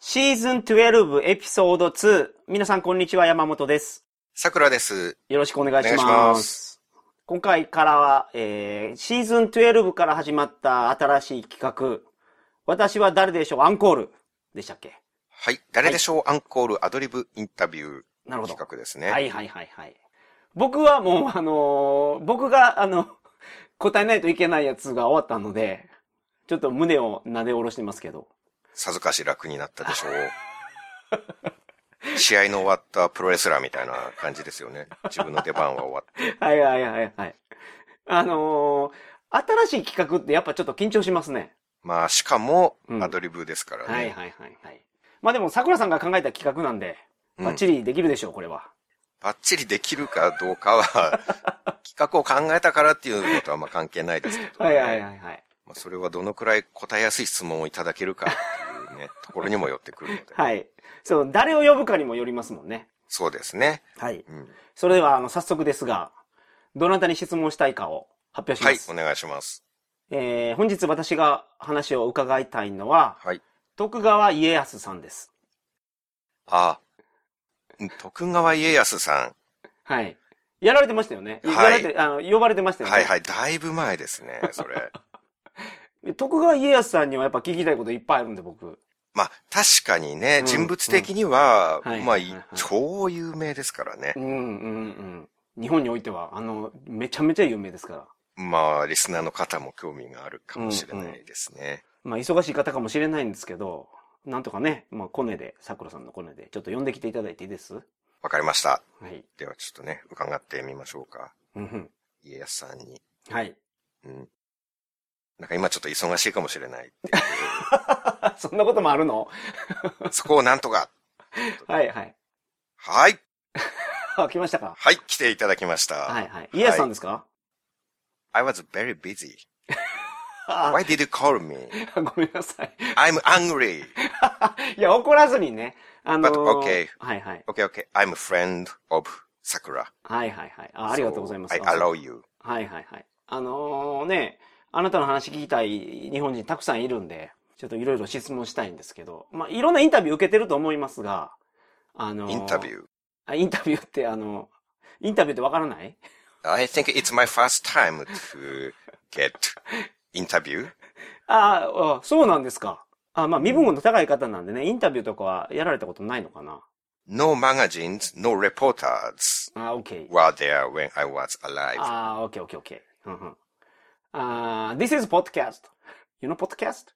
シーズン12エピソード2。皆さんこんにちは、山本です。さくらです。よろしくお願いします。お願いします今回からは、えー、シーズン12から始まった新しい企画。私は誰でしょうアンコールでしたっけはい。誰でしょう、アンコールアドリブインタビュなるほーど。企画ですね。はいはいはいはい。僕はもう、あのー僕が、あの、答えないといけないやつが終わったので、ちょっと胸を撫で下ろしてますけど。さぞかし楽になったでしょ う。試合の終わったプロレスラーみたいな感じですよね。自分の出番は終わっはいはいはいはい。あのー新しい企画ってやっぱちょっと緊張しますね。まあ、しかもう、んアドリブですからね。はいはいはいはい。まあでも、桜さんが考えた企画なんで、うんバッチリできるでしょう、これは。バッチリできるかどうか は、企画を考えたからっていうのとはあんま関係ないですけど、はいはいはいはい。まあ、それはどのくらい答えやすい質問をいただけるかっていうね、ところにもよってくるので。はい。そう、誰を呼ぶかにもよりますもんね。そうですね。はい。うんそれでは、あの、早速ですが、どなたに質問したいかを発表しはまい、す。お願いします。えー、本日私が話を伺いたいのは、はい。徳川家康さんです。あ、うん徳川家康さはい。やられてましたよね。はいやられて、あの、呼ばれてましたん。よね。はいはい、だいぶ前ですね、そ れ。徳川家康さんにはやっぱ聞きたいこといっぱいあるんで、僕。まあ、確かにねう、ん人物的には、うんはいまあはいはい、超有名ですからねう。んうんうん。日本においては、あの、めちゃめちゃ有名ですから。まあ、リスナーの方も興味があるかもしれないですね。まあ、忙しい方かもしれないんですけど、なんとかね、まあ、コネで、桜さんのコネで、ちょっと呼んできていただいていいですわかりました。はい。では、ちょっとね、伺ってみましょうか。うんうん。家康さんに。はい。 うん。なんか今ちょっと忙しいかもしれない。そんなこともあるのそこをなんとか。はいはい。はい。あ、来ましたかはい、来ていただきました。はいはい。家康さんですか、 I was very busy. あ Why did you call me? ごめんなさい。 I'm angry. いや、怒らずにね。あのー But okay. はいはい。 Okay, okay. I'm a friend of Sakura. はいはいはい。あありがとうございます。 So, I allow you. はいはいはい。あのーね、あなたの話聞きたい日本人たくさんいるんで、ちょっといろいろ質問したいんですけど、まあ、いろんなインタビュー受けてると思いますが、あのーインタビュー。あインタビューってあの、インタビューってわからない I think it's my first time to get interview. あーあ、そうなんですか。あまあ、身分の高い方なんでね、インタビューとかはやられたことないのかな。 No magazines, no reporters あー、OK。 were there when I was alive. ああ、OK、OK、OK。うんうん。あー This is podcast. You know podcast?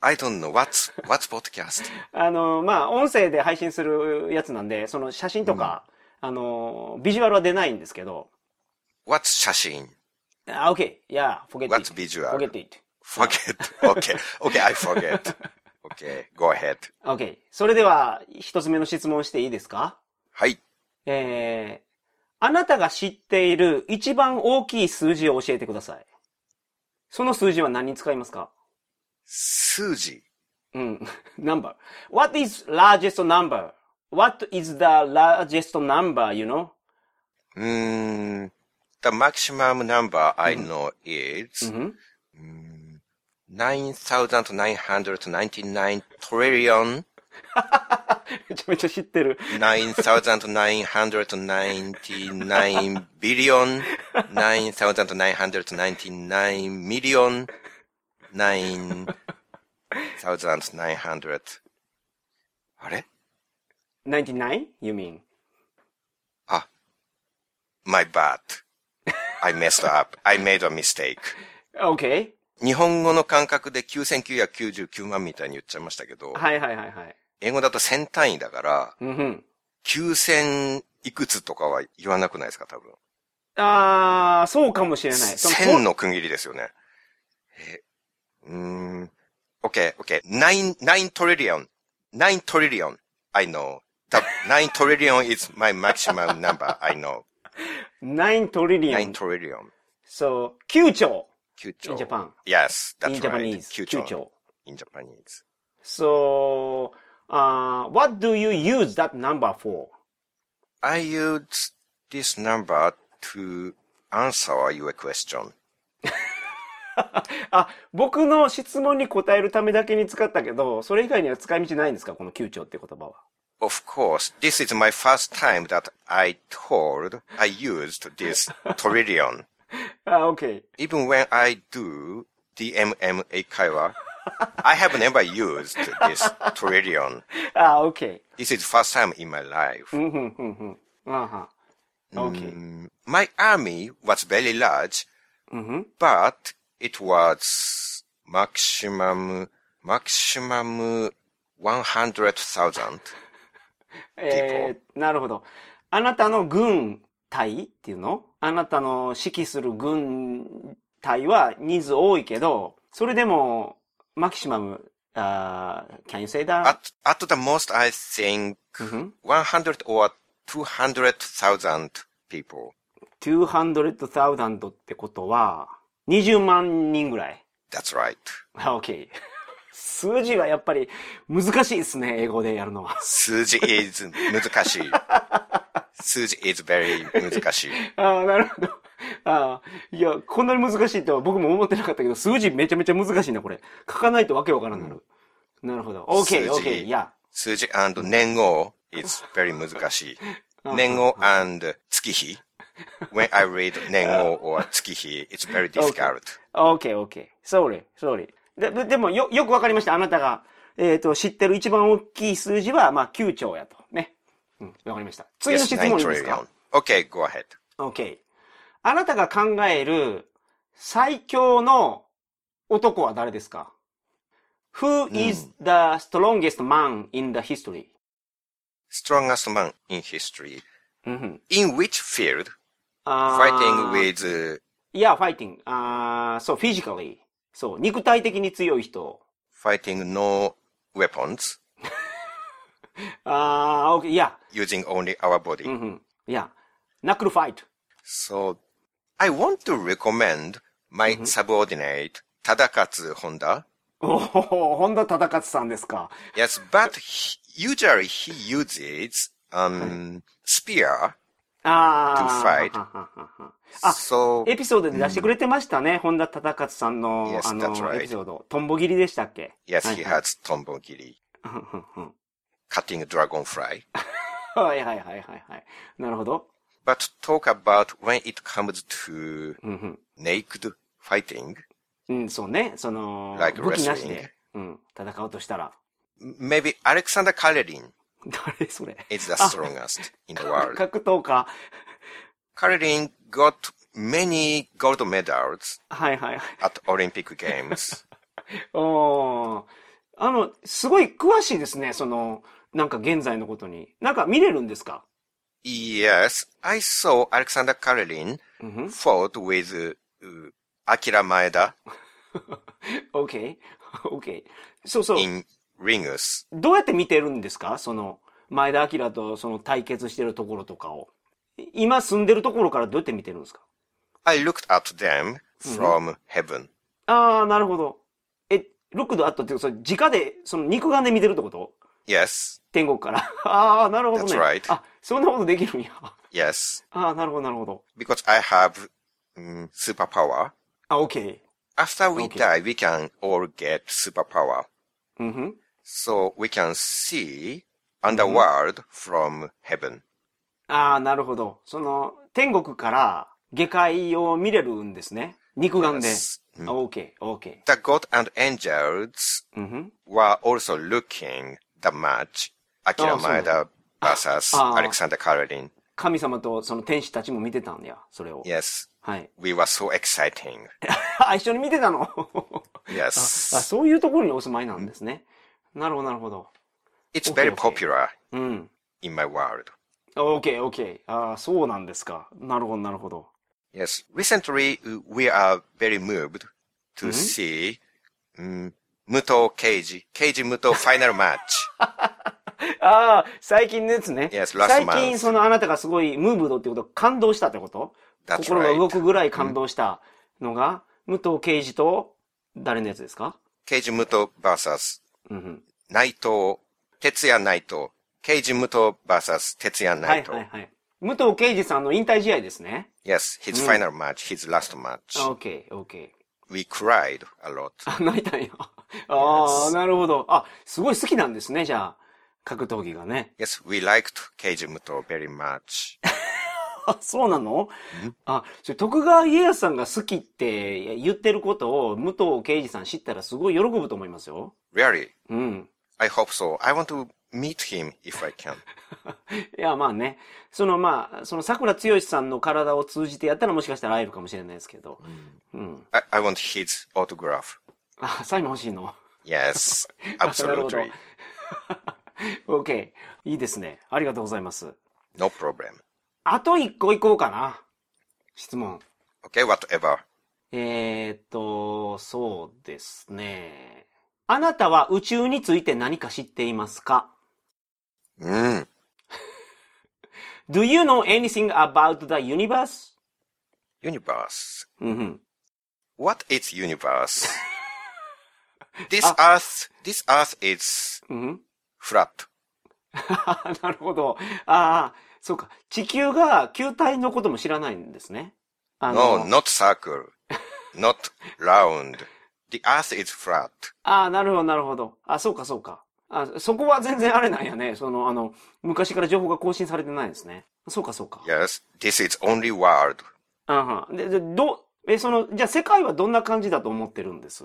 I don't know what's, what's podcast. あの、まあ、音声で配信するやつなんで、その写真とか、あの、ビジュアルは出ないんですけど、 What's 写真あ、OK, yeah, forget What's it. visual? forget it. Forget. Okay. Okay, I forget. Okay, go ahead. OK. それでは、一つ目の質問していいですかはい。えー、あなたが知っている一番大きい数字を教えてください。その数字は何に使いますか数字。うん。number. What is largest number? What is the largest number, you know? Mm, the maximum number I Hmm. know is うん。 mm, 9,999 trillion めちゃめちゃ知ってる。 9,999 billion 9,999 million 9,900あれ 99? You mean? ?my bad. I messed up. I made a mistake. Okay. 日本語の感覚で9999万みたいに言っちゃいましたけど、はいはいはいはい。英語だと1000単位だから、うんうん。 9000いくつとかは言わなくないですか、多分。あー、そうかもしれない。その1000の区切りですよね。え、うーん。OK, OK. 9, 9 trillion. 9 trillion. I know. The 9 trillion is my maximum number. I know. 9 9 trillion. trillion. So, 9兆9 in 兆。 Japan. Yes, in that's right. Japanese. 9 9兆。兆。 in Japanese. So, uh, what do you use that number for? I use this number to answer your question. あ、僕の質問に答えるためだけに使ったけど、それ以外には使い道ないんですかこの9兆って言葉は。 Of course, this is my first time that I told I used this trillion. あ、OK。 Even when I do the MMA Kaiwa, I have never used this trillion. あ、OK。 This is first time in my life. うん、うん、うん、うん。あは。OK。 Mm, My army was very large, うん、うん。 but it was maximum, maximum 100,000. えー、なるほど。あなたの軍隊っていうのあなたの指揮する軍隊は人数多いけど、それでも、マキシマム、あー can you say that? At, at the most, I think うん100 or 200,000 people. ?200,000 ってことは、20万人ぐらい。 That's right. あ OK。数字はやっぱり難しいですね、英語でやるのは。 数字 is 難しい。数字 is very 難しい。ああ、なるほど。 ああ、いや、こんなに難しいとは僕も思ってなかったけど、数字めちゃめちゃ難しいな、これ。書かないとわけわからんなる。なるほど。OK, 数字 OK, いや。数字 and 年号 is very 難しい。年号 and 月日 When I read 年号 or 月日 it's very difficult. OK, OK. Sorry, sorry. で、ででも、よ、よくわかりました。あなたが、えっ、と、知ってる一番大きい数字は、まあ、9兆やと。ね。うん、わかりました。次の Yes, 質 nine 問いいですか trillion. Okay, go ahead. ?OK。あなたが考える最強の男は誰ですか ?Who is the strongest man in the history? Strongest man in history. うんうん In which field? あー Fighting with uh, いや、ファイティング。ああ、そう、フィジカリー。そう、肉体的に強い人。 fighting no weapons, ああ、オッケーいや、 using only our body. うんうん。いや、ナックルファイト。 So I want to recommend my subordinate, Tadakatsu Honda. おお、本田忠勝さんですか。 Yes, but he, usually he uses um spear. ああ。 To fight. ははははあ、 so エピソードで出してくれてましたね。本田忠勝さんの、 Yes, あの、 that's right. エピソード。トンボ切りでしたっけ yes, はい he はい has tombogiri, うんうんうん cutting dragonfly. はいはいはいはいはい。なるほど。 But talk about when it comes to うんうん。 naked fighting, うん、そうね。その、 Like 武器なし wrestling. で、うん、戦おうとしたら。 maybe Alexander Karenin 誰それ is the あ strongest in the world. 格闘家。 Karenin got many gold medals はいはいはい。 at Olympic Games. おーあの、すごい詳しいですね、その、なんか現在のことに。なんか見れるんですか Yes, I saw Alexander Karelin うんふん fought with uh, Akira Maeda ?OK。OK。そうそう。 in Ringus. どうやって見てるんですかその、前田明とその対決してるところとかを。い今住んでるところからどうやって見てるんですか I looked at them from heaven. ああ、なるほど。え、ロックドアットって、それ、直で、その肉眼で見てるってこと Yes, 天国から。 ああ、なるほどね。 That's right. あ、そんなことできるんや。 yes, ああ、なるほど、なるほど。 because I have um, superpower. あ、OK。 After we Okay. die, we can all get superpower. うんふん。 So we can see underworld from heaven. ああ、なるほど。その、天国から下界を見れるんですね。肉眼で。 Yes. あ OK、OK。 The god and angels うんふん were also looking the match Akira Oh, so- Maeda versus Ah. Alexander Karelin. 神様とその天使たちも見てたんや、それを。 Yes, はい。 we were so exciting. Ah, あ、一緒に見てたの あ、 Yes, そういうところにお住まいなんですね。なるほど、なるほど。 it's okay, okay. very popular うん。 in my world. OK、OK。ああ、そうなんですか。なるほど、なるほど。 Yes, recently uh, we are very moved to Mm-hmm. see um, Muto Keiji, Keiji Muto final match. ああ、最近のやつね。 Yes, last 最 month. 近、そのあなたがすごいムーブドってこと、感動したってこと That's 心が動 right. くぐらい感動したのが、武藤敬司と、誰のやつですか Keiji Muto versus うんうん。 Naito, Tetsuya Naito. Keiji Muto versus Tetsuya はい Naito. はいはい。武藤敬司さんの引退試合ですね。Mm. Oh, Yes, his final match, his last match. OK, OK。 we cried a lot. あ、泣いたんや。ああ、 Yes. なるほど。あ、すごい好きなんですね、じゃあ。格闘技がね。 Yes, we liked Keiji Muto very much. あ、そうなのあ、それ徳川家康さんが好きって言ってることを武藤敬司さん知ったらすごい喜ぶと思いますよ。 Really? うん。 I hope so. I want to meet him if I can. いや、まあね。そのまあ、その桜剛さんの体を通じてやったらもしかしたら会えるかもしれないですけど。うん。 I, I want his autograph. あ、サイン欲しいの。 Yes, なるほど。 absolutely. OK。いいですね。ありがとうございます。 No problem. あと一個行こうかな。質問。 Okay, whatever. えーっと、そうですね。あなたは宇宙について何か知っていますか Mm. Do you know anything about the universe? Universe. うんうん。 What is universe? this Ah. earth, this earth is うんうん。 flat. なるほど。ああ、そうか。地球が球体のことも知らないんですね。あ No, not circle. not round. The earth is flat. ああ、なるほど、なるほど。あ、そうか、そうか。あ、そこは全然あれなんやね。その、あの、昔から情報が更新されてないんですね。そうか、そうか。 Yes, this is only world. あはんで、で、どう、え、その、じゃあ世界はどんな感じだと思ってるんです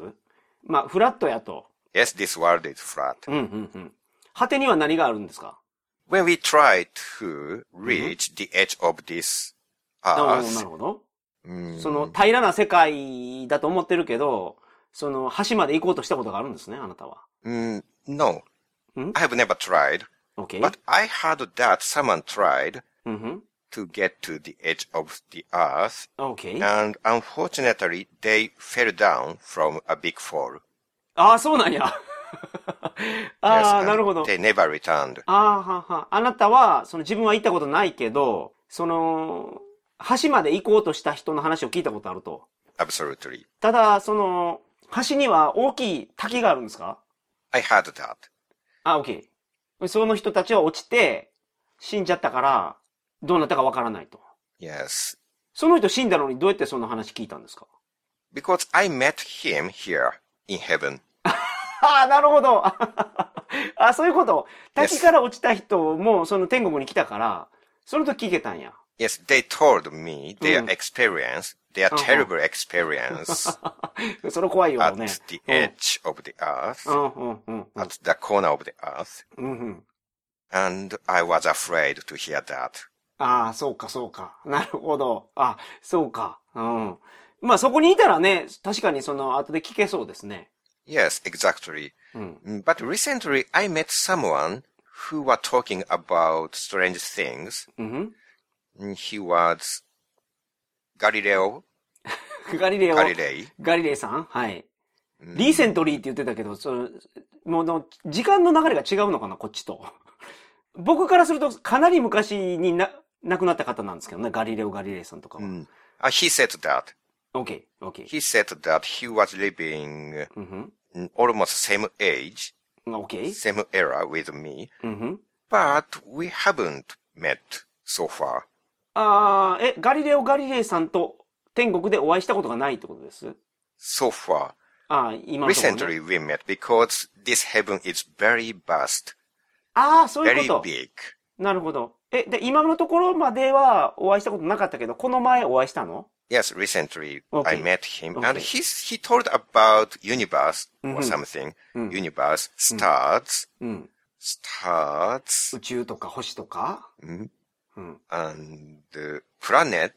まあ、フラットやと。 Yes, this world is flat. うん、うん、うん。果てには何があるんですか When we try to reach the edge of this ああ、な earth, るほど。 mm, その、平らな世界だと思ってるけど、その、端まで行こうとしたことがあるんですね、あなたは。 mm, no, Hmm? I have never tried. OK? But I heard that someone tried うんふん。 to get to the edge of the earth, OK? and unfortunately, they fell down from a big fall. ああ、そうなんや。あ Yes, あ、 and なるほど。 They never returned. ああ、はんはん。あなたは、その自分は行ったことないけど、その、橋まで行こうとした人の話を聞いたことあると。 Absolutely. ただ、その、橋には大きい滝があるんですか I heard that. あ、OK。その人たちは落ちて、死んじゃったから、どうなったかわからないと。 Yes. その人死んだのにどうやってその話聞いたんですか Because I met him here in heaven. ああ、なるほど。 あそういうこと。滝から落ちた人も、その天国に来たから、その時聞けたんや。 Yes, they told me their Mm. experience, their Uh-huh. Oh, terrible experience それ怖いよ at ね。 the edge of the earth, うんうんうんうん at the corner of the earth, うんうん。 and I was afraid to hear that. ああ、そうかそうか。なるほど。あ、そうか。うん。まあそこにいたらね、確かにその後で聞けそうですね。 Yes, exactly. Mm, うん。 But recently I met someone who was talking about strange things. Mm, うん。 He was Galileo ガリレオ。 Galilei. ガリレイさんはい。うんリーセントリーって言ってたけど、その、もうの、時間の流れが違うのかな、こっちと。 僕からすると、かなり昔にな、亡くなった方なんですけどね、ガリレオ・ガリレイさんとかは。 Mm. Uh, he said that. OK、OK。 He said that he was living うん mm, almost same age, ふん。OK。 same era with me, うんふん。 but we haven't met so far. あーえ、ガリレオ・ガリレイさんと天国でお会いしたことがないってことです So far. あー今のところ、ね。 Recently we met because this heaven is very vast, ああ、そういう very こと。 big. なるほど。え、で、今のところまではお会いしたことなかったけど、この前お会いしたの Yes, recently Okay. I met him and Okay. he's, he told about universe Mhm. or something. Mm. Universe, stars, うん。 stars, 宇宙とか星とか、 mm, うん。 and uh, planet.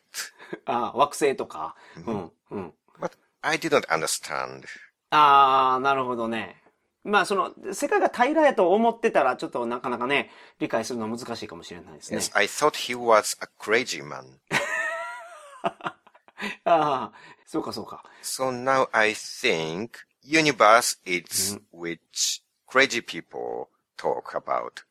あー惑星とか。うん。うん。 But I didn't understand. ああ、なるほどね。まあ、その、世界が平らやと思ってたら、ちょっとなかなかね、理解するのは難しいかもしれないですね Yes, I thought he was a crazy man. ああ、そうかそうか。 so now I think universe is which crazy people talk about.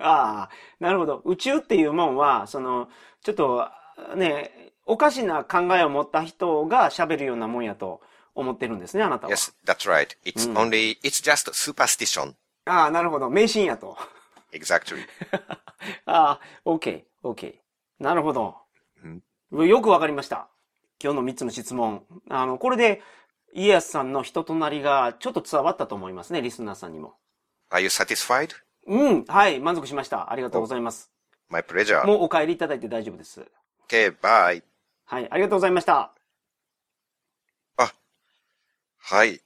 ああ、なるほど。宇宙っていうもんは、その、ちょっと、ね、おかしな考えを持った人が喋るようなもんやと思ってるんですね、あなたは。 Yes, that's right. It's only, it's just superstition. ああ、なるほど。迷信やと。 Exactly. ああ、OK、OK。なるほど。よくわかりました。今日の3つの質問。あの、これで、家康さんの人となりがちょっと伝わったと思いますね、リスナーさんにも。 Are you satisfied? うん、はい、満足しました。ありがとうございます。 My pleasure. もうお帰りいただいて大丈夫です。 Okay, bye. はい、ありがとうございました。はい。 はい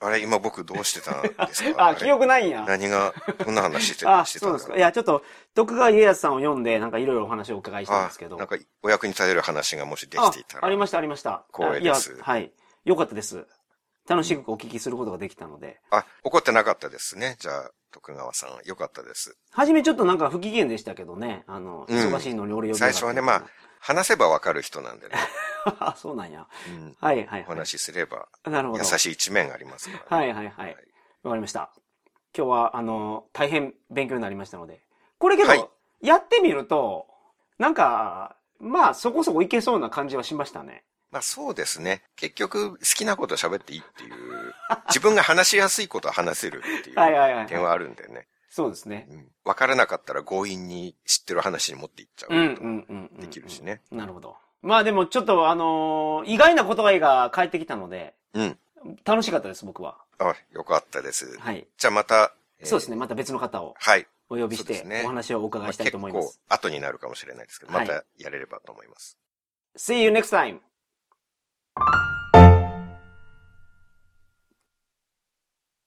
あれ、今僕どうしてたんです かあ、れ記憶ないんや。何が、こんな話し てあ、してそたうんでだすか。いや、ちょっと、徳川家康さんを読んで、なんかいろいろお話をお伺いしたんあですけど。なんか、お役に立てる話がもしできあていたあらり。ました、ありました。光栄ですいや、はい。よかったです。楽しくお聞きすることができたので。あ、怒ってなかったですね。じゃあ、徳川さん、よかったです。はじめちょっとなんか不機嫌でしたけどね。あの、うん忙しいのに俺呼び最初はねま話せばわかる人なん でね。あ。そうなんや。うん、はいはい、はい。お話しすれば、なるほど。優しい一面がありますから、はいはいはい。わかりました。今日は、あの、大変勉強になりましたので。これけど、はいやってみると、なんか、まあ、そこそこいけそうな感じはしましたね。まあそうですね。結局、好きなこと喋っていいっていう、 自分が話しやすいことを話せるっていはいうはいはい点はい。はあるんでね。そうですね。うんわからなかったら強引に知ってる話に持っていっちゃうんううこともんうん、うん。できるし。ね。なるほど。まあでもちょっとあのー意外な言葉が返ってきたので、うん。楽しかったです、僕は。あ、よかったです。はい。じゃあまた、えーそうですね。また別の方をはい。お呼びしそうでてすね、お話をお伺いしたいと思いままあす。結構後になるかもしれないですけど、はまいたやれればと思います。 See you next time!